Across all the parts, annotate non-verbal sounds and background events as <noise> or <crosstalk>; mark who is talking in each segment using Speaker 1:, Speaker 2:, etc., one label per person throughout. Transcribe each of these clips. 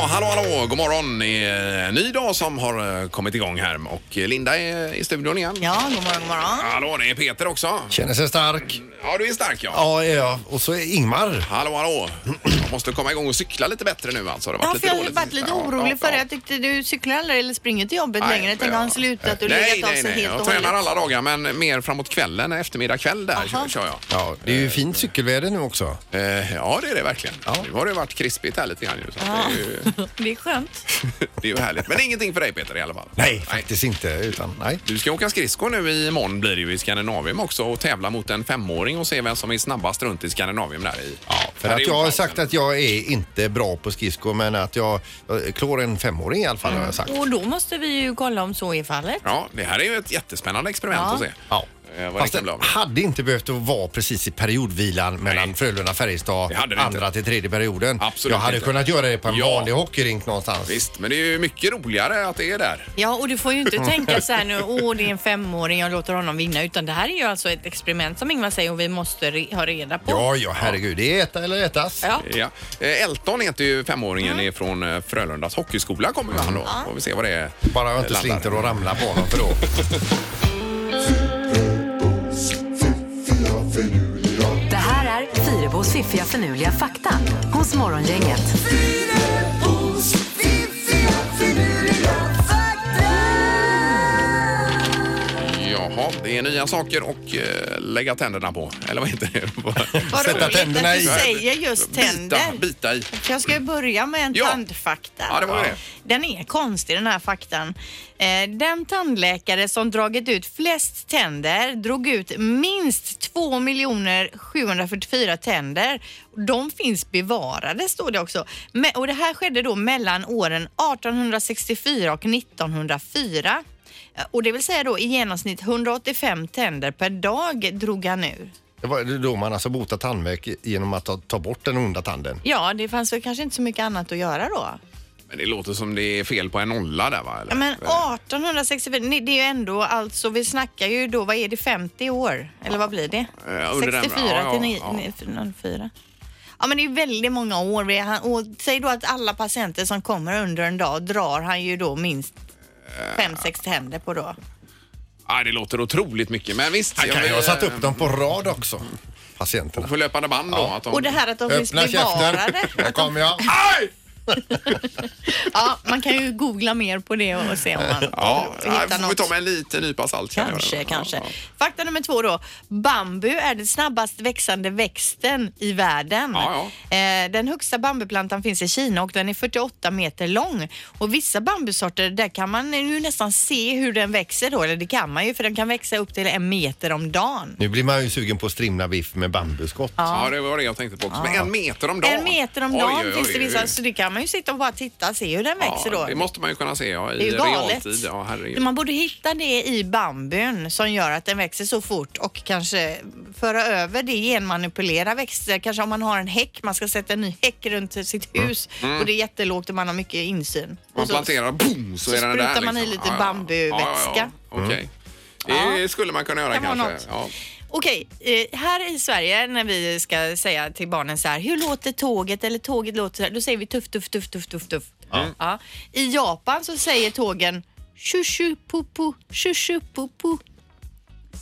Speaker 1: så, god morgon. Det är en ny dag som har eh, kommit igång här och eh, Linda är i studion igen.
Speaker 2: Ja, god morgon, god morgon.
Speaker 1: Hallå, det är Peter också.
Speaker 3: Känner sig stark.
Speaker 1: Ja, du är stark ja.
Speaker 3: Ja, är jag. Och så är Ingmar.
Speaker 1: Hallå, hallå. Jag måste komma igång och cykla lite bättre nu alltså. Det har
Speaker 2: Ja,
Speaker 1: varit
Speaker 2: för jag har ju
Speaker 1: dåligt
Speaker 2: varit
Speaker 1: sista-
Speaker 2: lite
Speaker 1: ja, ja,
Speaker 2: orolig för det.
Speaker 1: ja.
Speaker 2: Jag tyckte du cyklar aldrig eller springer till jobbet längre. Jag tänkte
Speaker 1: ja.
Speaker 2: han slutat och
Speaker 1: Nej,
Speaker 2: legat av
Speaker 1: nej,
Speaker 2: sig
Speaker 1: nej.
Speaker 2: helt
Speaker 1: Jag
Speaker 2: och
Speaker 1: tränar
Speaker 2: hållet.
Speaker 1: alla dagar men mer framåt kvällen, eftermiddag kväll där kör,
Speaker 2: Aha.
Speaker 1: kör jag.
Speaker 3: Ja, det är ju fint cykelväder nu också.
Speaker 1: Eh, Ja, det är det verkligen.
Speaker 3: Ja.
Speaker 1: Nu har det varit krispigt här lite grann ju. Så att det, är ju <laughs>
Speaker 2: Det är skönt.
Speaker 1: det är ju härligt. Men ingenting för dig Peter i alla fall.
Speaker 3: Nej, faktiskt inte. Utan, nej.
Speaker 1: Du ska åka skridskor nu imorgon blir det ju i Skandinavien också och tävla mot en femåring och se vem som är snabbast runt i Skandinavien där i. Ja,
Speaker 3: För att jag har sagt att jag är inte bra på skridskor men att jag, jag klår en femåring i alla fall har jag sagt.
Speaker 2: Och då måste vi ju kolla om så är fallet.
Speaker 1: Ja, det här är ju ett jättespännande experiment
Speaker 2: Ja.
Speaker 1: att se.
Speaker 3: Ja.
Speaker 1: Eh, vad
Speaker 3: Fast
Speaker 1: det kan bli av
Speaker 3: det
Speaker 1: det.
Speaker 3: hade inte behövt att vara precis i periodvilan mellan Frölunda-Färjestad
Speaker 1: Det hade det inte.
Speaker 3: andra till tredje perioden.
Speaker 1: Absolut
Speaker 3: jag hade
Speaker 1: inte.
Speaker 3: kunnat göra det på en
Speaker 1: Ja.
Speaker 3: vanlig hockeyrink någonstans.
Speaker 1: Visst, men det är ju mycket roligare att det är där.
Speaker 2: Ja, och du får ju
Speaker 1: <laughs>
Speaker 2: inte tänka så här nu, åh det är en femåring, jag låter honom vinna. Utan det här är ju alltså ett experiment som Ingvar säger och vi måste re- ha reda på.
Speaker 3: Ja, ja, herregud. Det är äta eller ätas.
Speaker 2: Ja.
Speaker 1: Ja. Eh, Elton heter ju femåringen mm. från eh, Frölundas hockeyskola kommer ju han då. Får vi se vad det är.
Speaker 3: Bara jag inte
Speaker 1: landar.
Speaker 3: slinter och ramlar på honom för då.
Speaker 4: Det här är Fyrabos fiffiga förnuliga fakta hos Morgongänget.
Speaker 1: Jaha, det är nya saker och eh, lägga tänderna på. Eller vad heter det? <laughs>
Speaker 2: Vad
Speaker 3: Sätta
Speaker 2: roligt att
Speaker 3: tänderna
Speaker 2: du
Speaker 3: i.
Speaker 2: säger just
Speaker 1: bita,
Speaker 2: tänder.
Speaker 1: bita i.
Speaker 2: För Jag ska ju börja med en
Speaker 1: Ja.
Speaker 2: tandfakta.
Speaker 1: Ja, det var det.
Speaker 2: Den är konstig den här faktan. Eh, Den tandläkare som dragit ut flest tänder drog ut minst 2 744 tänder. De finns bevarade står det också. Me- Och det här skedde då mellan åren 1864 och 1904. Eh, Och det vill säga då i genomsnitt 185 tänder per dag drog han ur.
Speaker 3: Det var då man alltså botar tandvärk genom att ta, ta bort den onda tanden.
Speaker 2: Ja, det fanns väl kanske inte så mycket annat att göra då.
Speaker 1: Men det låter som det är fel på en nolla där va? Eller?
Speaker 2: Ja, men 1864, nej, det är ju ändå alltså, vi snackar ju då, vad är det, 50 år? Eller vad blir det?
Speaker 1: Ja, under den-
Speaker 2: 64
Speaker 1: ja, ja,
Speaker 2: till ni-
Speaker 1: ja.
Speaker 2: ni- 04. Ja men det är väldigt många år. Vi- han- Och säg då att alla patienter som kommer under en dag drar han ju då minst fem
Speaker 1: Eh.
Speaker 2: sex tänder på då.
Speaker 1: Nej, det låter otroligt mycket, men visst.
Speaker 3: Han kan ju
Speaker 1: vill,
Speaker 3: ha satt
Speaker 1: eh,
Speaker 3: upp dem på rad också. Patienterna.
Speaker 1: På löpande band då. Att de...
Speaker 2: Och det här att de finns
Speaker 3: Öppna käften.
Speaker 2: bevarade.
Speaker 3: Här kommer jag.
Speaker 1: Aj!
Speaker 2: <laughs> Ja, man kan ju googla mer på det och se om man
Speaker 1: Ja, nej,
Speaker 2: hittar
Speaker 1: får vi
Speaker 2: något.
Speaker 1: ta med en liten nypa salt. kan jag
Speaker 2: Kanske,
Speaker 1: göra.
Speaker 2: kanske.
Speaker 1: Ja,
Speaker 2: Fakta nummer två då. Bambu är den snabbast växande växten i världen.
Speaker 1: Ja,
Speaker 2: Eh, Den högsta bambuplantan finns i Kina och den är 48 meter lång. Och vissa bambusorter, där kan man ju nästan se hur den växer då. Eller det kan man ju för den kan växa upp till en meter om dagen.
Speaker 3: Nu blir man ju sugen på att strimla biff med bambuskott.
Speaker 1: ja. ja, det var det jag tänkte på också. Men en meter om dagen.
Speaker 2: En meter om
Speaker 1: Oj,
Speaker 2: dagen
Speaker 1: oj,
Speaker 2: finns
Speaker 1: oj,
Speaker 2: det
Speaker 1: oj.
Speaker 2: vissa. Så det kan man ju sitta och bara titta och se hur den växer
Speaker 1: ja,
Speaker 2: då.
Speaker 1: Det måste man ju kunna se ja, i
Speaker 2: Det är ju galet.
Speaker 1: realtid. Ja, herregud.
Speaker 2: Man borde hitta det i bambun som gör att den växer så fort och kanske föra över det, genmanipulera växter. Kanske om man har en häck, man ska sätta en ny häck runt sitt hus och det är jättelågt och man har mycket insyn.
Speaker 1: Mm. Man
Speaker 2: Och så,
Speaker 1: planterar, boom, så,
Speaker 2: så
Speaker 1: är den där. liksom.
Speaker 2: sprutar man i lite
Speaker 1: Ja, ja.
Speaker 2: bambuvätska.
Speaker 1: Ja, ja,
Speaker 3: Mm.
Speaker 1: ja. Okej. Det skulle man kunna göra
Speaker 2: Kan vara
Speaker 1: kanske. Ja.
Speaker 2: Okej, eh, här i Sverige när vi ska säga till barnen så här, hur låter tåget eller tåget låter så här, då säger vi tuff, tuff, tuff, tuff, tuff, tuff. Ja. I Japan så säger tågen tju, tju, pu, pu, tju, tju, pu, pu.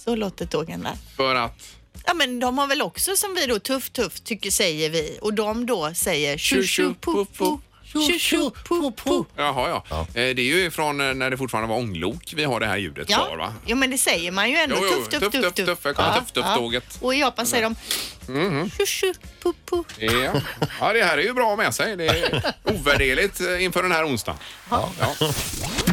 Speaker 2: Så låter tågen där.
Speaker 1: För att...
Speaker 2: Ja men de har väl också som vi då tuff tuff tycker säger vi och de då säger tju tju pu pu tju tju pu pu.
Speaker 1: Jaha, ja. Eh, Det är ju från eh, när det fortfarande var ånglok vi har det här ljudet kvar, va?
Speaker 2: Ja, jo, men det säger man ju ändå.
Speaker 1: Jo, jo,
Speaker 2: Tuff tuff tuff tuff. Mm-hmm.
Speaker 1: tuff, här kommer
Speaker 2: Ja,
Speaker 1: tuff, tuff,
Speaker 2: ja.
Speaker 1: tåget.
Speaker 2: Och i Japan säger de tju tju pu pu.
Speaker 1: Ja. ja, det här är ju bra med sig. Det är ovärderligt eh, inför den här onsdagen. Ja.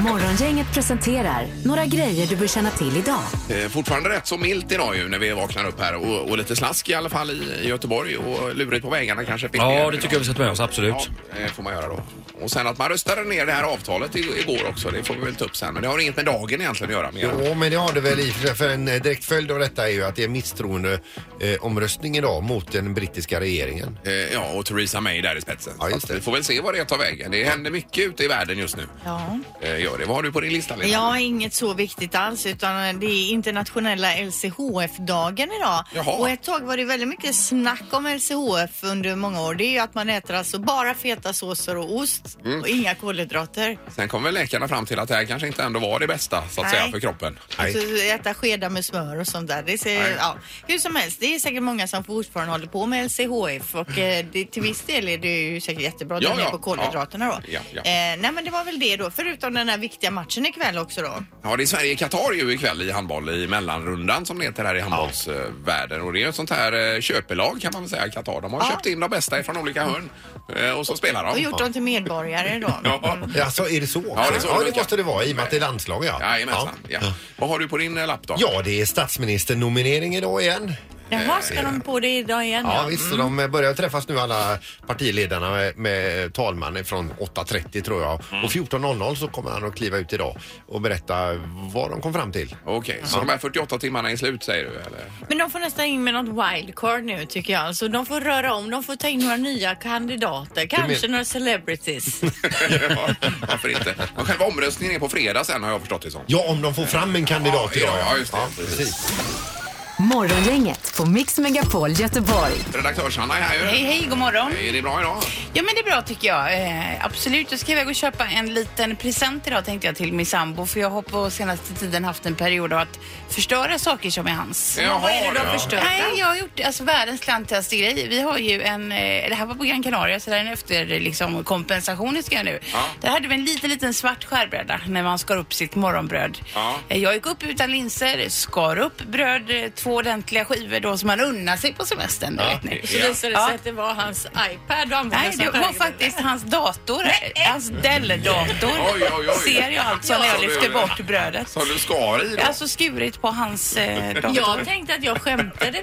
Speaker 4: Morgongänget presenterar några grejer du bör känna till idag.
Speaker 1: Eh, Fortfarande rätt så milt idag ju när vi vaknar upp här och, och lite slask i alla fall i i Göteborg och lurigt på vägarna kanske.
Speaker 5: Ja, det tycker jag vi ska ta med oss,
Speaker 1: Ja,
Speaker 5: absolut.
Speaker 1: det får man göra då. Och sen att man röstade ner det här avtalet i- igår också, det får vi väl ta upp sen. Men det har inget med dagen egentligen att göra. Mer.
Speaker 3: Jo, men det har det väl i för- för en eh, direkt följd av detta är ju att det är misstroende eh, omröstning idag mot den brittiska regeringen.
Speaker 1: Eh, Ja, och Theresa May där i spetsen.
Speaker 3: Ja, just
Speaker 1: Så att
Speaker 3: det.
Speaker 1: Vi får väl se vad det tar vägen. Det händer mycket ute i världen just nu.
Speaker 2: Ja.
Speaker 1: Eh, gör det. Vad har du på din lista, Linda?
Speaker 2: Ja, inget så viktigt alls utan det är internationella LCHF-dagen idag.
Speaker 1: Jaha.
Speaker 2: Och ett tag var det väldigt mycket snack om LCHF under många år. Det är ju att man äter alltså bara feta såser och ost och inga kolhydrater.
Speaker 1: Sen kom väl läkarna fram till att det här kanske inte ändå var det bästa så att
Speaker 2: Nej.
Speaker 1: säga för kroppen.
Speaker 2: Alltså, äta skedar med smör och sånt där. Det
Speaker 1: Nej.
Speaker 2: ser, ja, hur som helst, det är säkert många som fortfarande håller på med LCHF och eh, det, till viss del är det ju säkert jättebra att
Speaker 1: Mm. Ja,
Speaker 2: dra ner
Speaker 1: ja.
Speaker 2: på kolhydraterna
Speaker 1: Ja.
Speaker 2: då.
Speaker 1: Ja, ja.
Speaker 2: Eh, nej men det var väl det då, förutom den här viktiga matchen ikväll också då.
Speaker 1: Ja, det är Sverige-Qatar ju ikväll i handboll i mellanrundan som det heter här i handbollsvärlden. Och det är ju ett sånt här eh, köpelag kan man väl säga, Qatar. De har
Speaker 2: Ja.
Speaker 1: köpt in de bästa från olika hörn eh, och så spelar de.
Speaker 2: Och gjort dem till medborgare då.
Speaker 1: <laughs> Ja.
Speaker 3: Ja, Alltså är det så?
Speaker 1: Ja, det är så det
Speaker 3: ja, det
Speaker 1: brukar.
Speaker 3: måste det vara i och med att det är landslag ja.
Speaker 1: Jajamensan. Ja. Vad har du på din eh, lapp då?
Speaker 3: Ja, det är statsministernominering idag igen.
Speaker 2: Jaha,
Speaker 1: Eh,
Speaker 2: ska de på det idag igen?
Speaker 3: Ja,
Speaker 2: då?
Speaker 3: visst, så
Speaker 1: Mm.
Speaker 3: de börjar träffas nu alla partiledarna med, med talmannen från 8.30 tror jag.
Speaker 1: Mm.
Speaker 3: Och 14.00 så kommer han att kliva ut idag och berätta vad de kom fram till.
Speaker 1: Okej, så de här 48 timmarna är slut säger du? Eller? <laughs>
Speaker 2: Men de får nästan in med något wildcard nu tycker jag. Alltså, de får röra om, de får ta in några nya kandidater, kanske några
Speaker 1: <laughs>
Speaker 2: celebrities.
Speaker 1: ja, varför inte? Men själva omröstningen är på fredag sen har jag förstått det som.
Speaker 3: Ja, om de får fram en kandidat
Speaker 1: ja,
Speaker 3: idag.
Speaker 1: ja, just det.
Speaker 3: precis.
Speaker 4: Morgongänget på Mix Megapol Göteborg.
Speaker 1: Redaktörs-Hanna är här ju.
Speaker 5: Hej, hej, god morgon.
Speaker 1: Är det bra idag?
Speaker 5: Ja, men det är bra tycker jag. Eh, absolut, jag ska iväg och köpa en liten present idag tänkte jag till min sambo. För jag har på senaste tiden haft en period av att förstöra saker som är hans.
Speaker 1: Jaha, Vad är det du har ja. förstört
Speaker 5: Nej, jag har gjort alltså, världens klantigaste grej. Vi har ju en, eh, det här var på Gran Canaria så det är en efter liksom, kompensation ska jag nu.
Speaker 1: Ja.
Speaker 5: Där hade vi en liten, liten svart skärbräda när man skar upp sitt morgonbröd.
Speaker 1: Ja.
Speaker 5: Eh, Jag gick upp utan linser, skar upp bröd, eh, två ordentliga skivor då som man unnar sig på semestern. det Vet ni.
Speaker 1: Och så Ja. visade
Speaker 5: Ja.
Speaker 2: att det var hans iPad du använde
Speaker 5: Nej, det var faktiskt hans dator. Hans Dell-dator.
Speaker 1: Oj, oj, oj.
Speaker 5: Ser jag alltså när jag
Speaker 1: Ja,
Speaker 5: lyfter
Speaker 1: du-
Speaker 5: bort brödet.
Speaker 1: Som du skar i då?
Speaker 5: Jag har alltså skurit på hans eh, dator.
Speaker 2: tänkte att jag skämtade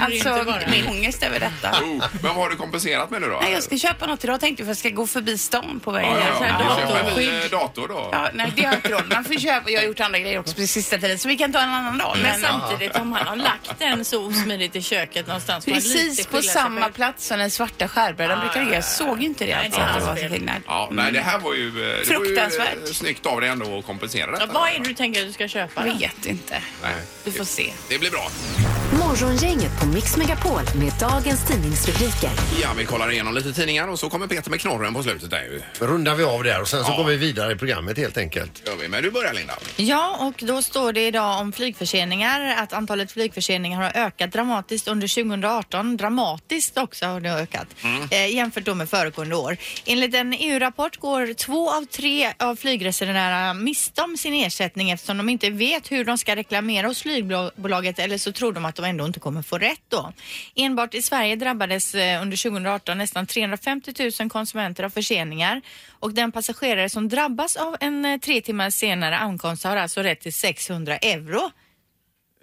Speaker 5: alltså, min ångest över detta.
Speaker 1: Oh, men vad har du kompenserat med nu då?
Speaker 5: Nej, jag ska köpa något idag tänkte jag för jag ska gå förbi stan på vägen.
Speaker 1: ja,
Speaker 5: här. Så
Speaker 1: ja,
Speaker 5: här
Speaker 1: ja.
Speaker 5: dator-
Speaker 1: Du köper en eh, dator då?
Speaker 5: Ja, nej, det har inte råd. Man får köpa. Jag har gjort andra grejer också på sista tiden så vi kan ta en annan dag. Men
Speaker 2: samtidigt om han har lagt den så osmidigt i köket någonstans. får han lite
Speaker 5: precis på
Speaker 2: skylla sig
Speaker 5: samma
Speaker 2: själv.
Speaker 5: plats som den svarta skärbrädan brukar ligga. Jag såg ju inte det alltså.
Speaker 2: det är
Speaker 5: att det var
Speaker 2: hans
Speaker 5: så
Speaker 2: fel.
Speaker 5: skillnad.
Speaker 1: Ja,
Speaker 2: Mm.
Speaker 1: nej, det här var ju, eh, det var ju eh,
Speaker 5: Fruktansvärt.
Speaker 1: snyggt av dig ändå att kompensera detta.
Speaker 2: Ja, vad är det du tänker att du ska köpa?
Speaker 5: Jag
Speaker 2: då?
Speaker 5: vet inte.
Speaker 1: Nej,
Speaker 5: Vi får se.
Speaker 1: det blir bra.
Speaker 4: Morgongänget på Mix Megapol med dagens tidningsrubriker.
Speaker 1: Ja, vi kollar igenom lite tidningar och så kommer Peter med knorren på slutet där ju.
Speaker 3: Rundar vi av där och sen så
Speaker 1: Ja.
Speaker 3: går vi vidare i programmet helt enkelt.
Speaker 1: Gör vi. Men du börjar Linda.
Speaker 2: Ja, och då står det idag om flygförseningar att antalet flygförseningar har ökat dramatiskt under 2018. Dramatiskt också har det ökat eh, jämfört då med föregående år. Enligt en EU-rapport går två av tre av flygresenärerna miste om sin ersättning eftersom de inte vet hur de ska reklamera hos flygbolaget eller så tror de att de ändå inte kommer få rätt då. Enbart i Sverige drabbades eh, under 2018 nästan 350 000 konsumenter av förseningar och den passagerare som drabbas av en eh, tre timmar senare ankomst har alltså rätt till 600 euro.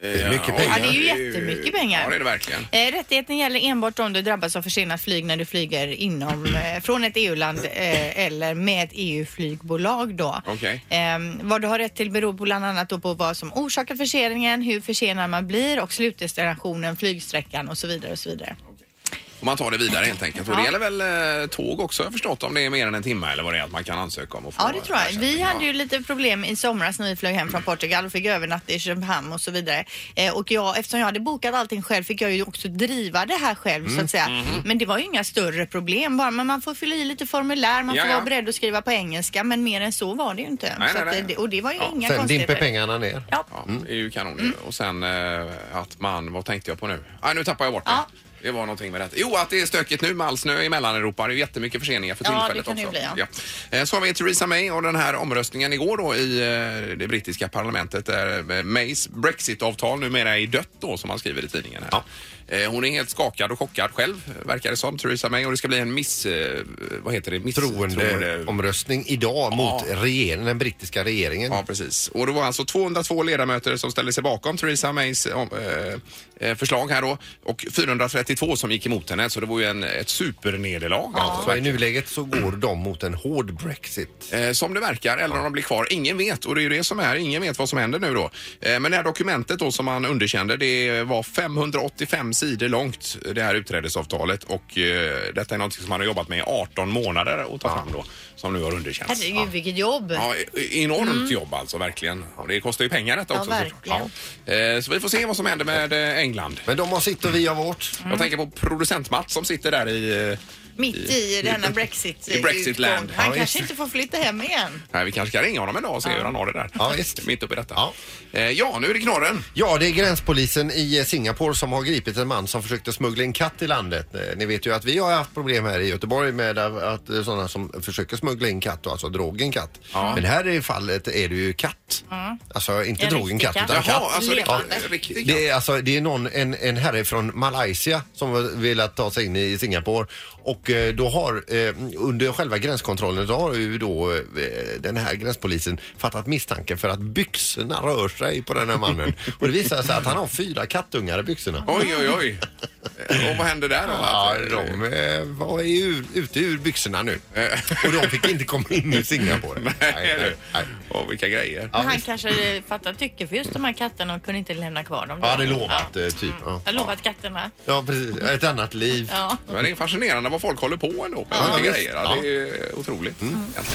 Speaker 1: Det
Speaker 3: är mycket pengar.
Speaker 2: Ja, det är ju jättemycket pengar.
Speaker 1: Ja, det är det verkligen.
Speaker 2: Eh, rättigheten gäller enbart om du drabbas av försenat flyg när du flyger inom, eh, från ett EU-land eh, eller med ett EU-flygbolag då.
Speaker 1: Okej.
Speaker 2: Eh, vad du har rätt till beror bland annat då på vad som orsakar förseningen, hur försenad man blir och slutdestinationen, flygsträckan och så vidare och så vidare.
Speaker 1: Och man tar det vidare helt enkelt. Och det gäller väl eh, tåg också har jag förstått om det är mer än en timme eller vad det är att man kan ansöka om att få
Speaker 2: Ja, det tror jag.
Speaker 1: ersättning.
Speaker 2: Vi
Speaker 1: Ja.
Speaker 2: hade ju lite problem i somras när vi flög hem från Portugal och fick övernatta i Köpenhamn och så vidare. Eh, och jag, eftersom jag hade bokat allting själv fick jag ju också driva det här själv
Speaker 1: Mm,
Speaker 2: så att säga.
Speaker 1: mm-hmm.
Speaker 2: Men det var ju inga större problem bara. Men man får fylla i lite formulär, man
Speaker 1: Ja,
Speaker 2: får
Speaker 1: ja.
Speaker 2: vara beredd att skriva på engelska. Men mer än så var det ju inte.
Speaker 1: Nej,
Speaker 2: så
Speaker 1: nej,
Speaker 2: att,
Speaker 1: nej.
Speaker 2: eh, det- Och det var ju inga
Speaker 3: Sen dimper
Speaker 2: konstigheter.
Speaker 3: pengarna ner.
Speaker 2: Ja. Mm.
Speaker 1: Ja, det är ju kanon. ju. Och sen eh, att man, vad tänkte jag på nu? Ah, nu tappar jag bort det.
Speaker 2: Ja.
Speaker 1: Det var någonting med detta. Jo, att det är stökigt nu med all snö i Mellaneuropa. Det är ju jättemycket förseningar för
Speaker 2: Ja, det
Speaker 1: tillfället
Speaker 2: kan det ju
Speaker 1: också.
Speaker 2: bli,
Speaker 1: ja.
Speaker 2: ja.
Speaker 1: Eh, Så har vi Theresa May och den här omröstningen igår då i eh, det brittiska parlamentet där eh, Mays Brexit-avtal numera är dött då som man skriver i tidningen här. Eh, Hon är helt skakad och chockad själv, verkar det som, Theresa May. Och det ska bli en miss... eh, Vad heter det? Miss...
Speaker 3: Troendeomröstning omröstning idag mot regeringen, den brittiska regeringen.
Speaker 1: Ja, precis. Och det var alltså 202 ledamöter som ställde sig bakom Theresa Mays eh, eh, förslag här då och 432 som gick emot henne, så det var ju en, ett supernederlag. Alltså.
Speaker 3: Så i nuläget så går de mot en hård Brexit.
Speaker 1: Eh, Som det verkar, eller om de blir kvar. Ingen vet och det är ju det som är. Ingen vet vad som händer nu då. Eh, Men det här dokumentet då som man underkände, det var 585 fem sidor långt det här utträdesavtalet och eh, detta är något som man har jobbat med i 18 månader att ta fram då som nu har underkänts.
Speaker 2: Herregud, vilket jobb.
Speaker 1: Ja, e- enormt jobb alltså verkligen. Och det kostar ju pengar detta
Speaker 2: Ja,
Speaker 1: också
Speaker 2: verkligen.
Speaker 1: Ja. Eh, Så vi får se vad som händer med eh, England.
Speaker 3: Men de har sitt och vi har vårt.
Speaker 1: Jag tänker på producent Mats som sitter där i... eh,
Speaker 2: Mitt i denna brexit
Speaker 1: I Brexitland.
Speaker 2: Han
Speaker 3: Ja,
Speaker 2: kanske
Speaker 3: just
Speaker 2: inte får flytta hem igen.
Speaker 1: Nej, vi kanske kan ringa honom en dag och se hur han har det där.
Speaker 3: Ja, visst.
Speaker 1: Mitt uppe i detta.
Speaker 3: Ja.
Speaker 1: Eh, Ja, nu är det knorren.
Speaker 3: Ja, det är gränspolisen i Singapore som har gripit en man som försökte smuggla en katt i landet. Eh, Ni vet ju att vi har haft problem här i Göteborg med att- att eh, sådana som försöker smuggla in katt, och alltså drogen katt. Men här i fallet är det ju katt. Alltså inte
Speaker 2: En
Speaker 3: drogen
Speaker 2: riktig
Speaker 3: katt,
Speaker 2: katt.
Speaker 3: utan katt.
Speaker 1: Jaha, alltså
Speaker 2: Levande.
Speaker 1: rikt- riktigt.
Speaker 3: Det är, alltså, det är någon, en, en herre från Malaysia som har velat ta sig in i Singapore och eh, då har eh, under själva gränskontrollen då har ju då eh, den här gränspolisen fattat misstanke för att byxorna rör sig på den här mannen och det visar sig att han har fyra kattungar i byxorna.
Speaker 1: Oj, oj, oj. Eh, Och vad händer där då?
Speaker 3: Ja, de eh, var ju ute ur byxorna nu och de fick inte komma in i Singapore.
Speaker 1: Nej, nej, nej. Och vilka grejer.
Speaker 2: Men han kanske fattar tycke för just de här katterna och kunde inte lämna kvar dem.
Speaker 3: Ja,
Speaker 2: där.
Speaker 3: det är lovat eh, typ. Ja.
Speaker 2: Jag har lovat katterna.
Speaker 3: ja, precis. Ett annat liv.
Speaker 2: Ja.
Speaker 1: Men det är fascinerande vad folk håller på ändå.
Speaker 3: Ja,
Speaker 1: Ja,
Speaker 3: visst.
Speaker 1: grejer. Ja, det är otroligt. egentligen.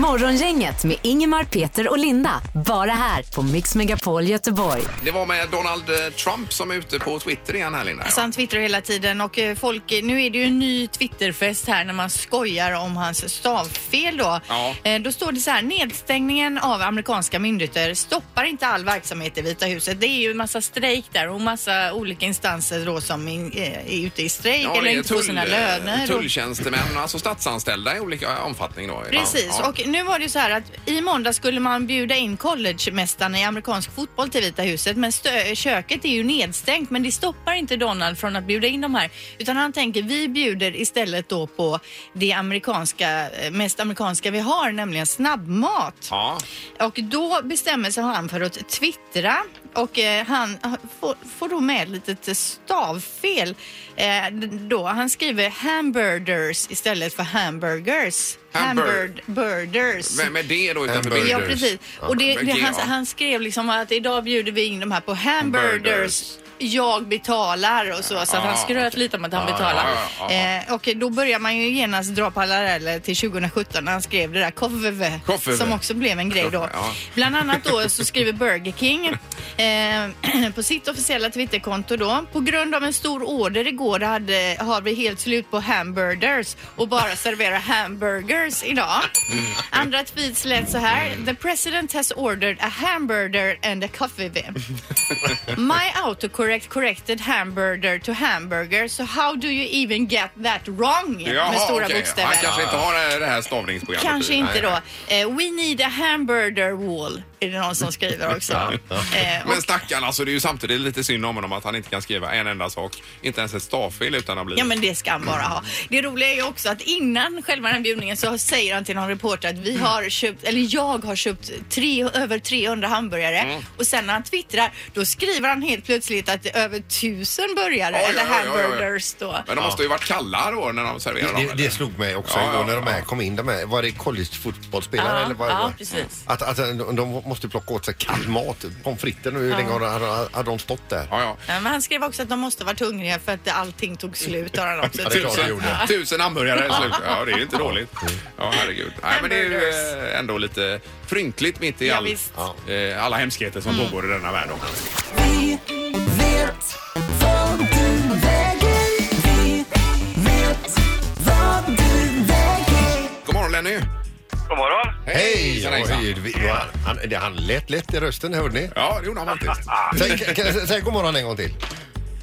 Speaker 4: Morgongänget med Ingemar, Peter och Linda. Bara här på Mix Megapol Göteborg.
Speaker 1: Det var med Donald eh, Trump som är ute på Twitter igen här Linda.
Speaker 2: Så Alltså, han twittrar hela tiden och eh, folk, nu är det ju en ny twitterfest här när man skojar om hans stavfel då.
Speaker 1: Ja.
Speaker 2: Eh, Då står det så här, nedstängningen av amerikanska myndigheter stoppar inte all verksamhet i Vita huset. Det är ju massa strejk där och massa olika instanser då som in- eh, är ute i strejk eller
Speaker 1: det är
Speaker 2: inte får sina löner. och-
Speaker 1: Tulltjänstemän, alltså statsanställda i olika eh, omfattning då.
Speaker 2: Precis,
Speaker 1: Ja.
Speaker 2: och nu var det ju så här att i måndag skulle man bjuda in collegemästarna i amerikansk fotboll till Vita huset men stö- köket är ju nedstängt men det stoppar inte Donald från att bjuda in de här utan han tänker vi bjuder istället då på det amerikanska, eh, mest amerikanska vi har nämligen snabbmat.
Speaker 1: Ja.
Speaker 2: Och då bestämmer sig han för att twittra och eh, han eh, får, får då med ett litet stavfel. Eh, d- då. Han skriver hamburgers istället för hamburgers.
Speaker 1: Hamburg-
Speaker 2: Hamburgers.
Speaker 1: Vem är det då utanför
Speaker 3: Hamburgers.
Speaker 2: Ja,
Speaker 1: bilden?
Speaker 2: precis. Och det, det, han, han skrev liksom att idag bjuder vi in de här på hamburgers.
Speaker 1: Hamburgers.
Speaker 2: Jag betalar och så, så att han
Speaker 1: Ah,
Speaker 2: skröt
Speaker 1: okej.
Speaker 2: lite om att han
Speaker 1: Ah,
Speaker 2: betalar.
Speaker 1: ja, ja, ja,
Speaker 2: Eh, och då börjar man ju genast dra paralleller till 2017 när han skrev det där Kofveve,
Speaker 1: Kofveve.
Speaker 2: som också blev en grej då.
Speaker 1: Ja.
Speaker 2: Bland annat då så skriver Burger King eh, <clears throat> på sitt officiella Twitterkonto då. På grund av en stor order igår hade, har vi helt slut på hamburgers och bara serverar hamburgers idag.
Speaker 1: Mm.
Speaker 2: Andra tweets lät så här. The president has ordered a hamburger and a coffee
Speaker 1: <laughs>
Speaker 2: beer. My autocorrect corrected hamburger to hamburger so how do you even get that wrong? med stora
Speaker 1: okej.
Speaker 2: bokstäver.
Speaker 1: Han kanske inte har eh, det här stavningsprogrammet.
Speaker 2: Kanske
Speaker 1: i.
Speaker 2: inte då. Eh, we need a hamburger wall, är det någon som skriver också. eh, och,
Speaker 1: Men stackarn, alltså det är ju samtidigt lite synd om honom att han inte kan skriva en enda sak. Inte ens ett stavfel utan han blir...
Speaker 2: ja men det ska han bara ha. Det roliga är ju också att innan själva den här bjudningen så säger han till någon reporter att vi har köpt, eller jag har köpt tre, över 300 hamburgare
Speaker 1: Mm.
Speaker 2: och sen när han twittrar då skriver han helt plötsligt att det är över 1000 burgare
Speaker 1: Oj,
Speaker 2: eller
Speaker 1: oj, oj, oj, oj.
Speaker 2: hamburgers då.
Speaker 1: Men de måste ju varit kalla då när de serverar dem.
Speaker 3: Det, det,
Speaker 1: eller?
Speaker 3: det slog mig också
Speaker 1: Ja,
Speaker 3: igår
Speaker 1: ja,
Speaker 3: när de här
Speaker 1: ja.
Speaker 3: kom in. De här, var det collegefotbollsspelare
Speaker 2: Ja,
Speaker 3: eller vad det
Speaker 2: ja,
Speaker 3: var?
Speaker 2: precis.
Speaker 3: Att, att de de måste plocka åt sig kall mat. Pommes fritesen, hur länge har de- har, har de stått där?
Speaker 1: Ja, ja.
Speaker 2: Ja, Men han skrev också att de måste ha varit hungriga för att allting tog slut har han också
Speaker 3: Ja, det är klart det
Speaker 1: Tusen,
Speaker 3: gjorde.
Speaker 1: tusen hamburgare i slutet. Ja, det är ju inte dåligt. Ja, herregud. Nej, men det är ju
Speaker 2: Hamburgers.
Speaker 1: eh, ändå lite fryntligt mitt i
Speaker 2: Ja,
Speaker 1: all,
Speaker 2: visst.
Speaker 1: eh, alla hemskheter som pågår i denna värld. också.
Speaker 6: Vi vet vad du väger. Vi vet vad du väger.
Speaker 1: God morgon Lenny!
Speaker 7: God morgon.
Speaker 3: Hej!
Speaker 1: Hejsan,
Speaker 3: Oj,
Speaker 1: hejsan.
Speaker 3: det- vi- han, han, det- han lät lätt i rösten, hörde ni?
Speaker 1: Ja, det gjorde han faktiskt.
Speaker 3: Säg, kan- kan- säg god morgon en gång till.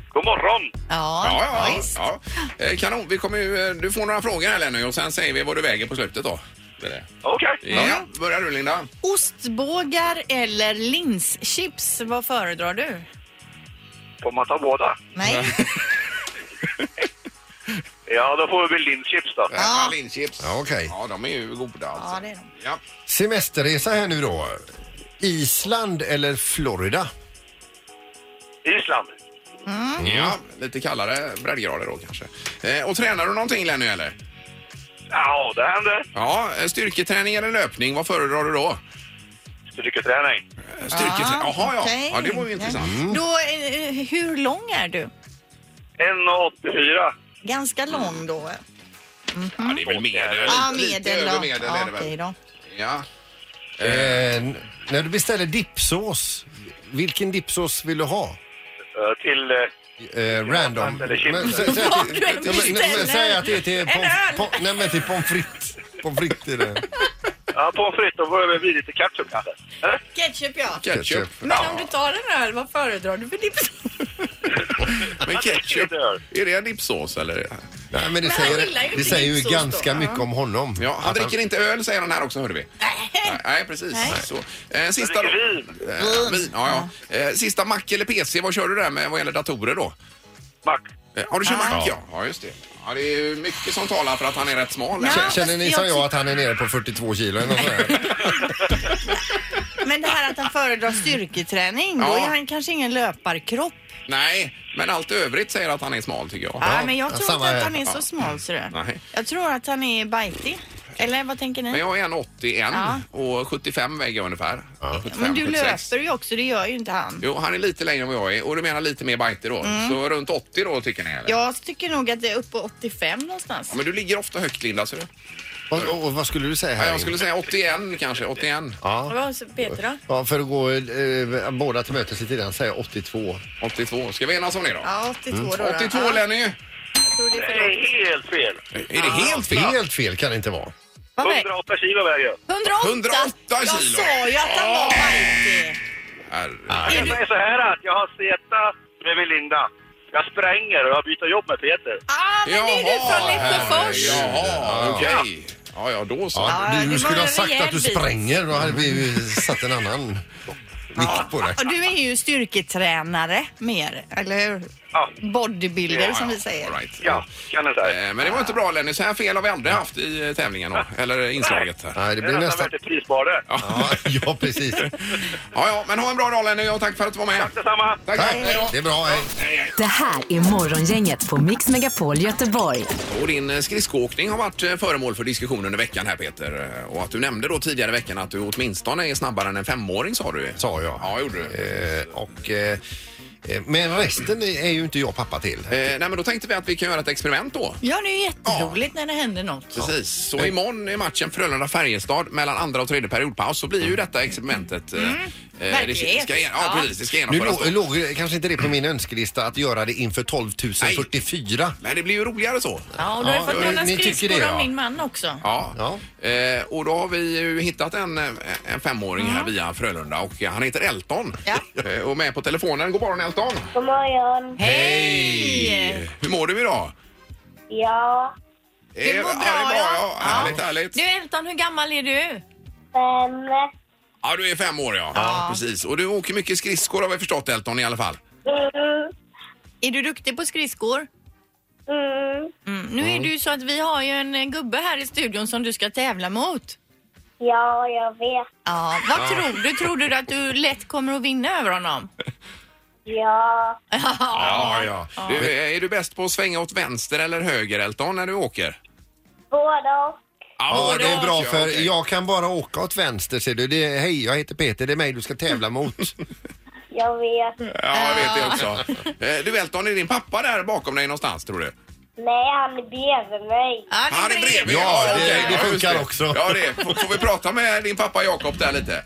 Speaker 7: God morgon.
Speaker 2: Ja,
Speaker 1: Ja, ja,
Speaker 2: visst.
Speaker 1: ja. Eh, Kanon. Vi kommer ju, eh, du får några frågor här Lenny och sen säger vi vad du väger på slutet då. Det är det.
Speaker 7: Okej.
Speaker 1: Ja, börjar du Linda.
Speaker 2: Ostbågar eller linschips, vad föredrar du?
Speaker 7: Får man ta båda?
Speaker 2: Nej,
Speaker 7: Ja, då får vi väl linschips då.
Speaker 1: Ja. Linchips.
Speaker 3: Ja, okej.
Speaker 1: Äh, Ja, de är ju goda alltså.
Speaker 2: ja det är de.
Speaker 1: Ja.
Speaker 3: Semesterresa här nu då. Island eller Florida?
Speaker 7: Island.
Speaker 1: ja, lite kallare breddgrader då kanske. Eh, och tränar du någonting Lenny eller?
Speaker 7: Ja, det händer.
Speaker 1: Ja, eh, styrketräning eller löpning, vad föredrar du då?
Speaker 2: Eh,
Speaker 7: Styrketräning.
Speaker 1: Styrketräning, jaha ja.
Speaker 2: okej. Mm.
Speaker 1: ja. Det var ju intressant.
Speaker 2: Då, eh, hur eh, lång är du?
Speaker 7: 1,84.
Speaker 2: Ganska lång då.
Speaker 1: Ja, det är väl medel.
Speaker 2: Ja,
Speaker 1: Lite
Speaker 2: medel
Speaker 1: över
Speaker 2: då.
Speaker 1: medel
Speaker 2: Ja,
Speaker 1: är det
Speaker 2: okej
Speaker 1: väl.
Speaker 2: då.
Speaker 1: Ja.
Speaker 3: Eh, n- när du beställer dipsås, vilken dipsås vill du ha?
Speaker 7: eh, Till... eh,
Speaker 3: Eh, random.
Speaker 7: eller chips.
Speaker 3: sä- säg att
Speaker 2: Vad
Speaker 3: det-
Speaker 2: du
Speaker 3: Ja, men- nej, men Säg att det är till pommes
Speaker 2: öl!
Speaker 3: po- nej, men till pommes frites. Pommes frites är det.
Speaker 7: Ja, pommes frites och får vi lite ketchup kanske. Eh?
Speaker 2: Ketchup ja.
Speaker 1: Ketchup.
Speaker 3: Ketchup.
Speaker 2: Men om du tar en öl, vad föredrar du för dips?
Speaker 1: Men ketchup,
Speaker 7: Lite öl.
Speaker 1: är det en dipsås eller?
Speaker 3: Nej, men det
Speaker 2: Men han gillar ju
Speaker 3: säger, det
Speaker 2: inte
Speaker 3: säger ju
Speaker 2: dipsås då.
Speaker 3: ganska
Speaker 2: Ja.
Speaker 3: mycket om honom.
Speaker 1: Ja, han
Speaker 3: Att
Speaker 1: dricker inte öl säger han här också hörde vi. Nej, nej precis. Så, eh, sista då.
Speaker 7: Dricker vin.
Speaker 1: Eh, vin, ja, ja. Eh, sista Mac eller PC, vad kör du där med vad gäller datorer då?
Speaker 7: Mack.
Speaker 1: Eh, Ja, du kör Mac ja. Ja, just det. Ja, det är ju mycket som talar för att han är rätt smal.
Speaker 2: Ja.
Speaker 1: här.
Speaker 3: K- Känner ni som jag att han är nere på 42 kilo eller något sånt
Speaker 1: <laughs>
Speaker 3: där?
Speaker 2: Men det här att han föredrar styrketräning, då
Speaker 1: Ja.
Speaker 2: är han kanske ingen löparkropp.
Speaker 1: Nej, men allt övrigt säger att han är smal tycker jag.
Speaker 2: Ja, men jag
Speaker 3: ja,
Speaker 2: tror
Speaker 3: samma
Speaker 2: inte att
Speaker 3: här.
Speaker 2: han är så smal så
Speaker 1: Nej.
Speaker 2: du. Jag tror att han är bajtig. Eller vad tänker
Speaker 1: Men
Speaker 2: ni?
Speaker 1: jag är 1,81 och 75 väger jag ungefär. 75,
Speaker 2: Men du
Speaker 1: 76.
Speaker 2: löper ju också, det gör ju inte han.
Speaker 1: Jo, han är lite längre än vad jag är och du menar lite mer bajter då.
Speaker 2: Mm.
Speaker 1: Så runt 80 då tycker ni eller?
Speaker 2: Jag tycker nog att det är uppe på 85 någonstans.
Speaker 1: Ja, men du ligger ofta högt Linda. Så du?
Speaker 3: Och, och, och vad skulle du säga
Speaker 1: Ja,
Speaker 3: här?
Speaker 1: jag skulle säga 81 kanske. 81.
Speaker 2: Vad var Peter då?
Speaker 3: Ja, för att gå eh, båda till mötes lite grann, säger jag 82.
Speaker 1: 82. Ska vi enas om det då?
Speaker 2: Ja, 82 då. då.
Speaker 1: 82
Speaker 2: ja,
Speaker 1: Lenny!
Speaker 2: jag tror det är
Speaker 7: Det
Speaker 2: för lågt.
Speaker 7: är helt fel.
Speaker 1: Är det helt fel?
Speaker 3: Helt fel kan det inte vara.
Speaker 2: Vad väger-
Speaker 7: 108 kilo väger jag.
Speaker 2: 108!
Speaker 1: 108
Speaker 2: Jag
Speaker 1: kilo.
Speaker 2: sa ju att han var bajtig.
Speaker 1: Herre.
Speaker 7: Jag säger så här att jag har seta med Melinda. Jag spränger och jag byter jobb med Peter.
Speaker 2: Ah, men det är du från Lesjöfors.
Speaker 1: Jaha, okej. Ja, ja, då så.
Speaker 3: Ja,
Speaker 2: Ja, det
Speaker 3: du
Speaker 2: var
Speaker 3: skulle ha
Speaker 2: en
Speaker 3: sagt
Speaker 2: rejäl
Speaker 3: att du
Speaker 2: bit.
Speaker 3: spränger, då hade vi ju satt en annan vikt på det.
Speaker 2: Och du är ju styrketränare mer, eller hur?
Speaker 7: Ja.
Speaker 2: Bodybuilder som vi
Speaker 1: all
Speaker 2: säger.
Speaker 1: right.
Speaker 7: Ja, kan ni säga.
Speaker 1: Eh, Men det var inte bra Lenny, så här fel har vi aldrig haft i eh, tävlingen då, eller inslaget här.
Speaker 3: Nej, det
Speaker 7: Det är
Speaker 3: blir
Speaker 7: nästan
Speaker 3: nästan...
Speaker 7: värt ett prispar det.
Speaker 3: Ja, ja, precis.
Speaker 1: Ja, ja, men ha en bra dag Lenny och tack för att du var med.
Speaker 7: Detsamma.
Speaker 1: Tack,
Speaker 3: Tack,
Speaker 1: hej då.
Speaker 3: det är bra. Hej.
Speaker 4: Det här är Morgongänget på Mix Megapol Göteborg.
Speaker 1: Och din eh, skridskoåkning har varit eh, föremål för diskussion under veckan här Peter. Eh, Och att du nämnde då tidigare i veckan att du åtminstone är snabbare än en femåring sa du.
Speaker 3: Sa jag.
Speaker 1: Ja, gjorde du.
Speaker 3: Eh, och, eh, eh, men resten är ju inte jag pappa till.
Speaker 1: Eh, nej, men då tänkte vi att vi kan göra ett experiment då.
Speaker 2: Ja, det är ju jätteroligt när det händer något.
Speaker 1: Precis. Så imorgon i matchen Frölunda-Färjestad mellan andra och tredje periodpaus så blir ju detta experimentet... eh, eh, det ska,
Speaker 2: Verklighet.
Speaker 1: ska, ja,
Speaker 2: Ja.
Speaker 1: precis. Det ska
Speaker 3: Nu
Speaker 1: genomföras
Speaker 3: lå-
Speaker 1: då.
Speaker 3: låg ju kanske inte det på min önskelista att göra det inför 12 044.
Speaker 1: Men det blir ju roligare så.
Speaker 2: Ja, och du har ju
Speaker 3: Ja,
Speaker 2: fått
Speaker 3: ni-
Speaker 2: träna
Speaker 3: ni tycker
Speaker 2: skridskor
Speaker 3: det,
Speaker 2: av
Speaker 3: ja.
Speaker 2: min man också.
Speaker 1: Ja.
Speaker 3: Ja.
Speaker 1: Eh, och då har vi ju hittat en, eh, en femåring här via Frölunda och han heter Elton.
Speaker 2: Ja.
Speaker 1: <laughs> Eh, och med på telefonen. God morgon Elton!
Speaker 8: God morgon.
Speaker 1: Hej! Hur mår du idag?
Speaker 8: Ja,
Speaker 1: Eh,
Speaker 2: mår
Speaker 1: ja,
Speaker 2: bra,
Speaker 1: det är
Speaker 2: ja.
Speaker 1: bra, ja.
Speaker 2: Ja.
Speaker 1: Härligt, härligt.
Speaker 2: Du Elton, hur gammal är du?
Speaker 8: fem.
Speaker 1: Ja, du är fem år ja. ja. Precis. Och du åker mycket skridskor har vi förstått Elton i alla fall.
Speaker 8: Mm,
Speaker 2: Är du duktig på skridskor?
Speaker 8: mm,
Speaker 2: Mm. Nu är det ju så att vi har ju en eh, gubbe här i studion som du ska tävla mot.
Speaker 8: ja, jag vet.
Speaker 2: Ja, vad tror du? Tror du att du lätt kommer att vinna över honom?
Speaker 8: Ja,
Speaker 1: Ja, ja. Du, är du bäst på att svänga åt vänster eller höger Elton när du åker?
Speaker 8: båda och.
Speaker 3: Ja, det är bra
Speaker 1: Ja,
Speaker 3: för
Speaker 1: okej.
Speaker 3: jag kan bara åka åt vänster ser du. Det är, hej, jag heter Peter, det är mig du ska tävla mot.
Speaker 8: Jag vet.
Speaker 1: Ja, jag vet det också. Eh, Du Elton, är din pappa där bakom dig någonstans tror du?
Speaker 8: Nej, han är bredvid mig.
Speaker 2: Ja, det
Speaker 1: Han är
Speaker 2: blir-
Speaker 1: bredvid.
Speaker 3: Ja, det-
Speaker 1: okej.
Speaker 3: det
Speaker 1: Ja, just
Speaker 3: funkar också.
Speaker 1: Ja, det. Får får vi prata med din pappa Jakob där lite?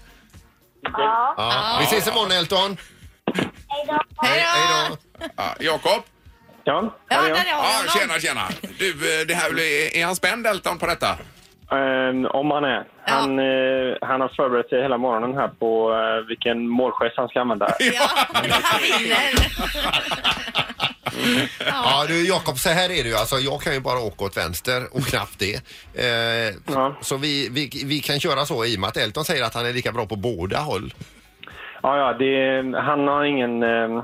Speaker 8: Ja.
Speaker 3: Ja. Vi ses imorgon Elton.
Speaker 8: Hej då.
Speaker 2: Hej då!
Speaker 3: Hej då.
Speaker 1: Ja, Jakob?
Speaker 9: Ja,
Speaker 2: Ja,
Speaker 9: här är
Speaker 2: där
Speaker 9: jag.
Speaker 2: har vi
Speaker 1: Ja,
Speaker 2: honom.
Speaker 1: tjena, tjena. Du, eh, det här, är är han spänd Elton på detta?
Speaker 9: Ehm, om han är. Han, eh, han har förberett sig hela morgonen här på eh, vilken målgest han ska använda.
Speaker 2: Ja, <laughs> han vinner.
Speaker 3: <laughs> Ja du Jakob, så här är det ju. Alltså, jag kan ju bara åka åt vänster och knappt det. Eh,
Speaker 9: Ja.
Speaker 3: Så vi, vi, vi kan köra så i och med att Elton säger att han är lika bra på båda håll.
Speaker 9: Ja, ja, det, han, har ingen, eh,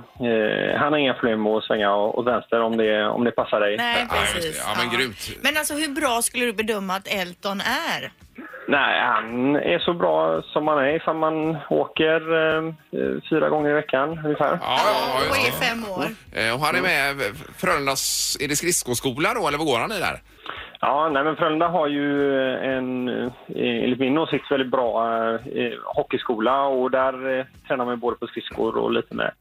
Speaker 9: han har inga problem med att svänga å- åt vänster om det, om det passar
Speaker 2: <laughs>
Speaker 9: dig.
Speaker 2: Nej,
Speaker 1: Ja, just det.
Speaker 2: precis.
Speaker 1: Ja, men grymt.
Speaker 2: Men alltså hur bra skulle du bedöma att Elton är?
Speaker 9: Nej, han är så bra som han är ifall man åker eh, fyra gånger i veckan ungefär.
Speaker 1: Ja,
Speaker 2: och
Speaker 1: ja,
Speaker 2: är
Speaker 1: just
Speaker 2: fem år.
Speaker 1: det. Eh, Och han är med Frölundas... Är det skridskoskola då, eller vad går han i där?
Speaker 9: Ja, nej, men Frölunda har ju en, eh, enligt min åsikt, väldigt bra eh, hockeyskola och där eh, tränar man ju både på skridskor och lite med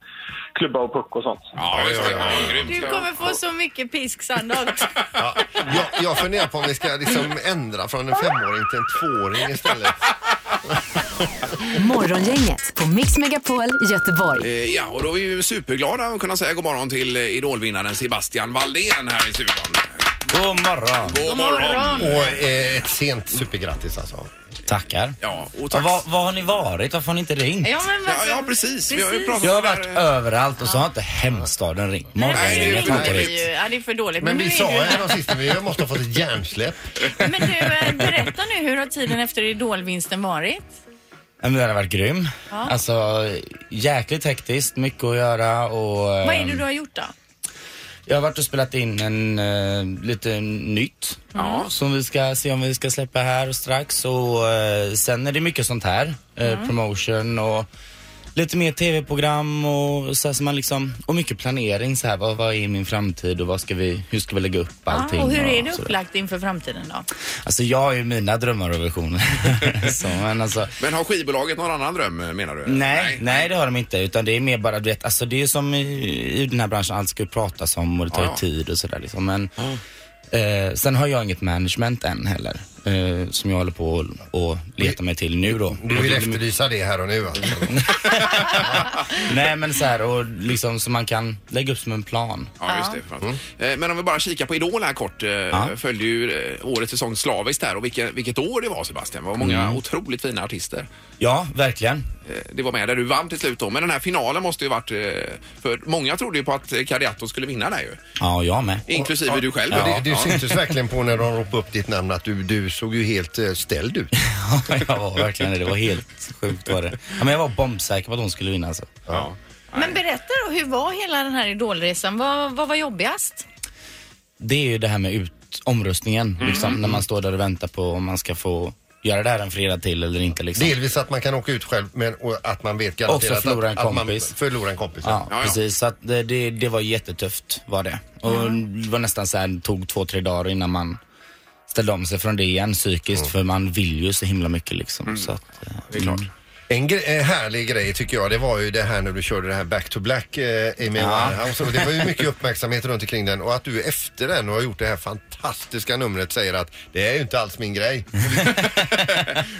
Speaker 9: klubba och puck och sånt.
Speaker 1: Ja, just det. Ja,
Speaker 2: Du
Speaker 1: grymt.
Speaker 2: kommer få så mycket pisk Sandholt.
Speaker 1: <laughs>
Speaker 3: Ja, jag, jag funderar på om vi ska liksom ändra från en femåring till en tvååring istället.
Speaker 4: Morgongänget på Mix Megapol Göteborg.
Speaker 1: Eh, Ja, och då är vi ju superglada att kunna säga god morgon till eh, idolvinnaren Sebastian Valdén här i studion.
Speaker 10: God morgon.
Speaker 1: God morgon!
Speaker 3: Och eh, ett sent supergrattis alltså.
Speaker 10: Tackar.
Speaker 1: Ja, och
Speaker 10: Och
Speaker 1: tack.
Speaker 10: Var, var har ni varit? Varför har ni inte ringt?
Speaker 2: Ja, men
Speaker 1: Ja,
Speaker 2: vad-
Speaker 1: ja precis. Vi har ju
Speaker 2: Precis.
Speaker 1: pratat
Speaker 10: Jag har
Speaker 1: om det
Speaker 10: varit
Speaker 1: här, eh,
Speaker 10: överallt och så har inte hemstaden ringt.
Speaker 1: Nej, det är
Speaker 10: Morgongänget har inte
Speaker 1: inte
Speaker 10: ringt.
Speaker 1: riktigt.
Speaker 2: ju- Ja, det är för dåligt.
Speaker 3: Men vi
Speaker 2: nu är
Speaker 3: sa
Speaker 2: du-
Speaker 3: ju de sista, vi måste ha fått ett hjärnsläpp.
Speaker 2: Men du, eh, berätta nu, hur har tiden efter idolvinsten
Speaker 1: Ehm.
Speaker 2: varit?
Speaker 10: Ja, Men den har varit grym. Alltså, jäkligt hektiskt, mycket att göra och...
Speaker 2: Vad är
Speaker 10: ehm,
Speaker 2: det du har gjort då?
Speaker 10: Jag har varit och spelat in en eh, lite nytt. Som vi ska se om vi ska släppa här strax. Och eh, sen är det mycket sånt här. Eh,
Speaker 2: Mm.
Speaker 10: Promotion och lite mer tv-program och så här som man liksom... Och mycket planering så här. Vad, vad är min framtid och vad ska vi, hur ska vi lägga upp allting?
Speaker 2: Ja, och hur är det
Speaker 10: sådär.
Speaker 2: upplagt inför framtiden då?
Speaker 10: Alltså jag har ju mina drömmar och visioner. <laughs> så, men alltså,
Speaker 1: Men har skivbolaget någon annan dröm eh, menar du?
Speaker 10: Nej, nej, det har de inte. Utan det är mer bara, du vet, alltså det är som i, i den här branschen, allt ska ju pratas om och det tar ju
Speaker 1: Ja, ja.
Speaker 10: tid och sådär liksom. Men eh, sen har jag inget management än heller. Eh, som jag håller på och, och letar mig till nu då.
Speaker 3: Du vill efterlysa det här och nu alltså.
Speaker 10: Nej men så här, och liksom så man kan lägga upp som en plan.
Speaker 1: Ja, just det. Fan. Eh, Men om vi bara kikar på Idol här kort. eh, Följde ju eh, årets säsong slaviskt där och vilket, vilket år det var Sebastian. Det var många otroligt fina artister.
Speaker 10: Ja, verkligen.
Speaker 1: Eh, Det var med där du vann till slut då. Men den här finalen måste ju varit... eh, För många trodde ju på att eh, Carriato skulle vinna där ju.
Speaker 10: Ja, jag med. <laughs>
Speaker 1: Inklusive du själv.
Speaker 3: Ja,
Speaker 1: Ja.
Speaker 3: det, det syntes verkligen på när de ropade upp ditt namn att du, du såg ju helt eh, ställd ut.
Speaker 10: Ja, jag var verkligen det. Det var helt sjukt var det. Ja, men jag var bombsäker på att hon skulle vinna alltså.
Speaker 1: Ja.
Speaker 2: Men berätta då, hur var hela den här idolresan? Vad, vad var jobbigast?
Speaker 10: det är ju det här med ut, omröstningen. Liksom, när man står där och väntar på om man ska få göra det här en fredag till eller inte. Liksom.
Speaker 3: Delvis att man kan åka ut själv men och att man vet garanterat
Speaker 10: Också förlora en
Speaker 3: att, att man
Speaker 10: kompis.
Speaker 3: förlorar en kompis.
Speaker 10: Ja,
Speaker 1: Ja, ja.
Speaker 10: precis. Så att det, det, det var jättetufft var det. Och det var nästan så här, det tog två, tre dagar innan man ställde om sig från det igen psykiskt. För man vill ju så himla mycket liksom. Så att, Mm. det är klart.
Speaker 3: En gre- eh, härlig grej tycker jag det var ju det här när du körde det här Back to Black eh, Amy Winehouse och det var ju mycket uppmärksamhet runt omkring den och att du efter den och har gjort det här fantastiska numret säger att det är ju inte alls min grej.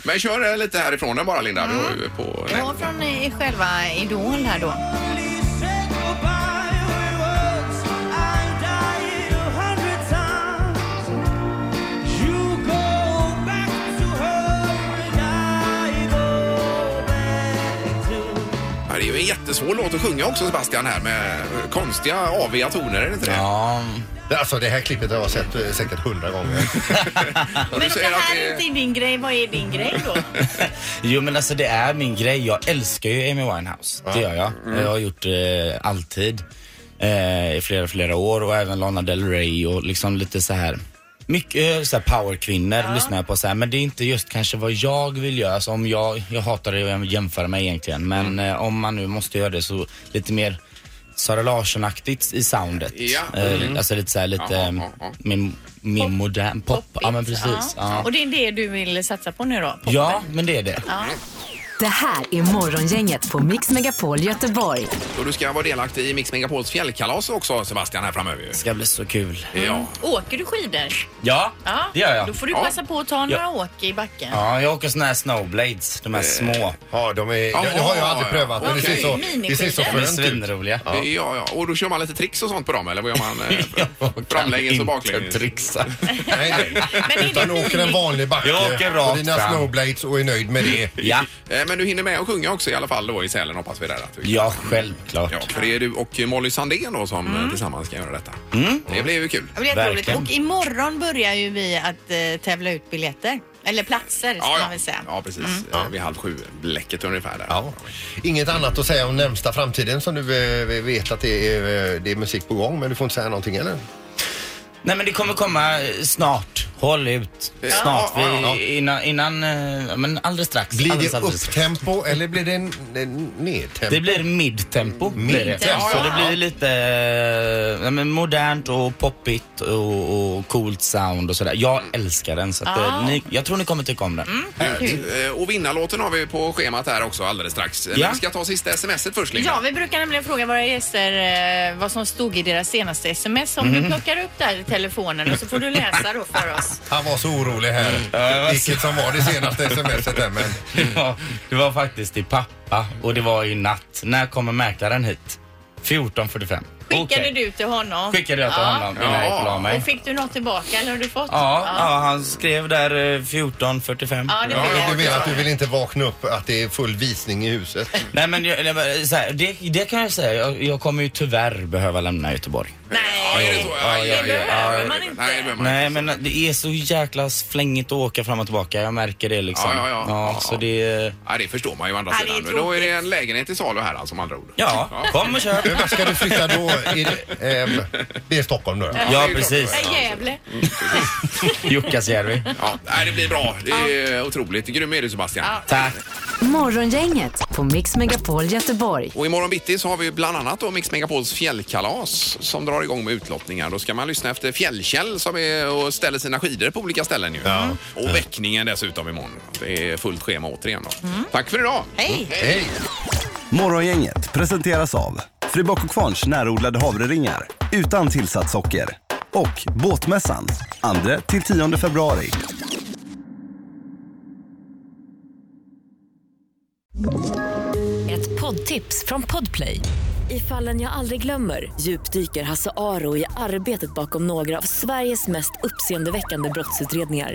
Speaker 1: Men kör eh, lite härifrån den bara Linda. Vi
Speaker 2: Mm.
Speaker 1: har ju På, nej.
Speaker 2: Ja, från eh, själva Idol här då.
Speaker 1: Ja, Det är ju en jättesvår låt att sjunga också Sebastian här med eh, konstiga aviga toner, är det inte det?
Speaker 10: Ja,
Speaker 3: Alltså det här klippet har jag sett eh, säkert hundra gånger.
Speaker 1: Och
Speaker 2: Men
Speaker 1: du
Speaker 2: om det
Speaker 1: säger att
Speaker 2: här
Speaker 1: det
Speaker 2: inte är din grej, vad är din grej då?
Speaker 10: jo men alltså det är min grej. Jag älskar ju Amy Winehouse. Det gör jag. Jag har gjort det alltid. Eh, I flera, flera år och även Lana Del Rey och liksom lite så här. Mycket eh, så här powerkvinnor lyssnar jag på så här, men det är inte just kanske vad jag vill göra. Alltså om jag, jag hatar det att jämföra mig egentligen, men
Speaker 1: Mm.
Speaker 10: eh, om man nu måste göra det så lite mer Sara Larsson-aktigt i soundet.
Speaker 1: Ja.
Speaker 10: Eh, Alltså lite så här, lite
Speaker 1: Ja,
Speaker 10: eh,
Speaker 1: ja, ja.
Speaker 10: mer, mer modern pop. Ja men precis. Ja.
Speaker 2: Och det är det du vill satsa på nu då? Poppen.
Speaker 10: Ja, men det är det.
Speaker 4: Det här är Morgongänget på Mix Megapol Göteborg.
Speaker 1: Och du ska vara delaktig i Mix Megapols fjällkalas också Sebastian här framöver ju.
Speaker 10: Det ska bli så kul.
Speaker 1: Ja.
Speaker 2: Åker du skidor?
Speaker 10: Ja,
Speaker 2: Ja,
Speaker 10: det gör
Speaker 2: Då
Speaker 10: jag.
Speaker 2: får du
Speaker 1: Ja.
Speaker 2: passa på att ta några åker i backen.
Speaker 10: Ja, jag åker såna här snowblades,
Speaker 1: Eh.
Speaker 10: de här små.
Speaker 3: Ja, de är, det, det har jag aldrig
Speaker 1: ja.
Speaker 3: prövat men det ser
Speaker 1: Okej.
Speaker 3: så, det ser så
Speaker 2: Miniskidor.
Speaker 10: De är
Speaker 3: skönt ut.
Speaker 10: svinroliga.
Speaker 1: Ja. ja, Och då kör man lite tricks och sånt på dem eller vad gör man? eh,
Speaker 10: Jag
Speaker 1: Framlänges
Speaker 10: kan
Speaker 1: och Alltså baklänges?
Speaker 10: inte trixa.
Speaker 3: Nej,
Speaker 10: <laughs>
Speaker 3: nej.
Speaker 2: Men är
Speaker 3: Utan
Speaker 2: det
Speaker 3: du åker en
Speaker 2: mini-
Speaker 3: vanlig backe
Speaker 10: Jag åker rakt
Speaker 3: och dina
Speaker 10: fram.
Speaker 3: snowblades och är nöjd med det.
Speaker 10: Ja,
Speaker 1: Eh, Men du hinner med att sjunga också i alla fall då i Sälen hoppas vi där. Att du...
Speaker 10: ja självklart.
Speaker 1: Ja, för det är du och Molly Sandén då som eh, tillsammans ska göra detta. Det blir ju kul.
Speaker 2: Ja, men Det är roligt.
Speaker 10: Verkligen.
Speaker 2: Och imorgon börjar ju vi att eh, tävla ut biljetter. Eller platser ska man
Speaker 1: Ja,
Speaker 2: väl
Speaker 1: ja.
Speaker 2: säga.
Speaker 1: ja precis. Eh, Vid halv sju, bläcket ungefär där.
Speaker 3: Ja. Inget annat att säga om närmsta framtiden som du eh, vet att det är, eh, det är musik på gång men du får inte säga någonting eller?
Speaker 10: Nej men det kommer komma eh, snart. Håll ut.
Speaker 3: Ja,
Speaker 10: Snart.
Speaker 3: ja, ja,
Speaker 10: Vi, innan, innan, eh, men alldeles strax.
Speaker 3: Blir
Speaker 10: alldeles,
Speaker 3: det
Speaker 10: alldeles strax.
Speaker 3: upptempo eller blir det n- n- nedtempo?
Speaker 10: Det blir midtempo. blir det.
Speaker 3: Midtempo.
Speaker 10: Så det blir lite eh, ja, men modernt och poppigt och, och coolt sound och sådär. Jag älskar den så att, eh,
Speaker 1: Ah.
Speaker 10: ni, jag tror ni kommer tycka om den.
Speaker 3: Mm.
Speaker 1: Eh, eh, Och vinnarlåten har vi på schemat här också alldeles strax. Eh, Men
Speaker 10: Ja.
Speaker 1: vi ska ta sista smset först Linda.
Speaker 2: Ja, vi brukar nämligen fråga våra gäster eh, vad som stod i deras senaste sms. Om du
Speaker 1: Mhm.
Speaker 2: plockar upp där i telefonen och så får du läsa då för oss.
Speaker 3: Han var så orolig här.
Speaker 10: Mm.
Speaker 3: Vilket som var det senaste smset där men...
Speaker 10: Ja, <laughs> det var faktiskt till pappa och det var i natt. När kommer mäklaren hit? 14.45.
Speaker 2: Skickade
Speaker 10: Okej.
Speaker 2: du till honom?
Speaker 10: Skickade jag till honom innan jag gick och la mig.
Speaker 2: Och fick du något tillbaka eller har du fått?
Speaker 10: Ja, ja, han skrev där eh, 14.45.
Speaker 2: Ja, det Ja, blev
Speaker 3: Du menar att du vill inte vakna upp att det är full visning i huset?
Speaker 10: Nej men jag, eller, bara, så här, det, det kan jag säga, jag, jag kommer ju tyvärr behöva lämna Göteborg.
Speaker 1: Ja, är det så? Ja, ja, ja, ja, ja. Nej, det behöver man
Speaker 10: Nej men det är så jäkla flängigt att åka fram och tillbaka, jag märker det liksom.
Speaker 1: Ja, ja, ja.
Speaker 10: så det... eh,
Speaker 1: Ja, det förstår man ju å andra
Speaker 10: Ja, det är
Speaker 1: sidan.
Speaker 10: tråkigt.
Speaker 1: Då är det en lägenhet i salu här alltså med andra ord.
Speaker 10: Ja, kom och köp.
Speaker 3: Vart ska du flytta då? Är det, ehm, det är Stockholm då?
Speaker 1: Ja,
Speaker 10: Ja, precis.
Speaker 2: Nej, Gävle.
Speaker 10: Jukkasjärvi.
Speaker 1: Ja, nej, det blir bra. Det är otroligt. Grym är du Sebastian.
Speaker 10: Tack.
Speaker 4: Morgongänget på Mix Megapol Göteborg.
Speaker 1: Och imorgon bitti så har vi bland annat då Mix Megapols fjällkalas som drar igång med utlottningar. Då ska man lyssna efter Fjällkäll som är och ställer sina skidor på olika ställen ju. Och väckningen dessutom imorgon. Det är fullt schema återigen då. Tack för idag!
Speaker 2: Hej!
Speaker 1: Hej!
Speaker 11: Morgongänget presenteras av Fribock och Kvarns närodlade havreringar utan tillsatt socker och Båtmässan 2 till 10 februari.
Speaker 12: Ett poddtips från Podplay. I fallen jag aldrig glömmer djupdyker Hasse Aro i arbetet bakom några av Sveriges mest uppseendeväckande brottsutredningar.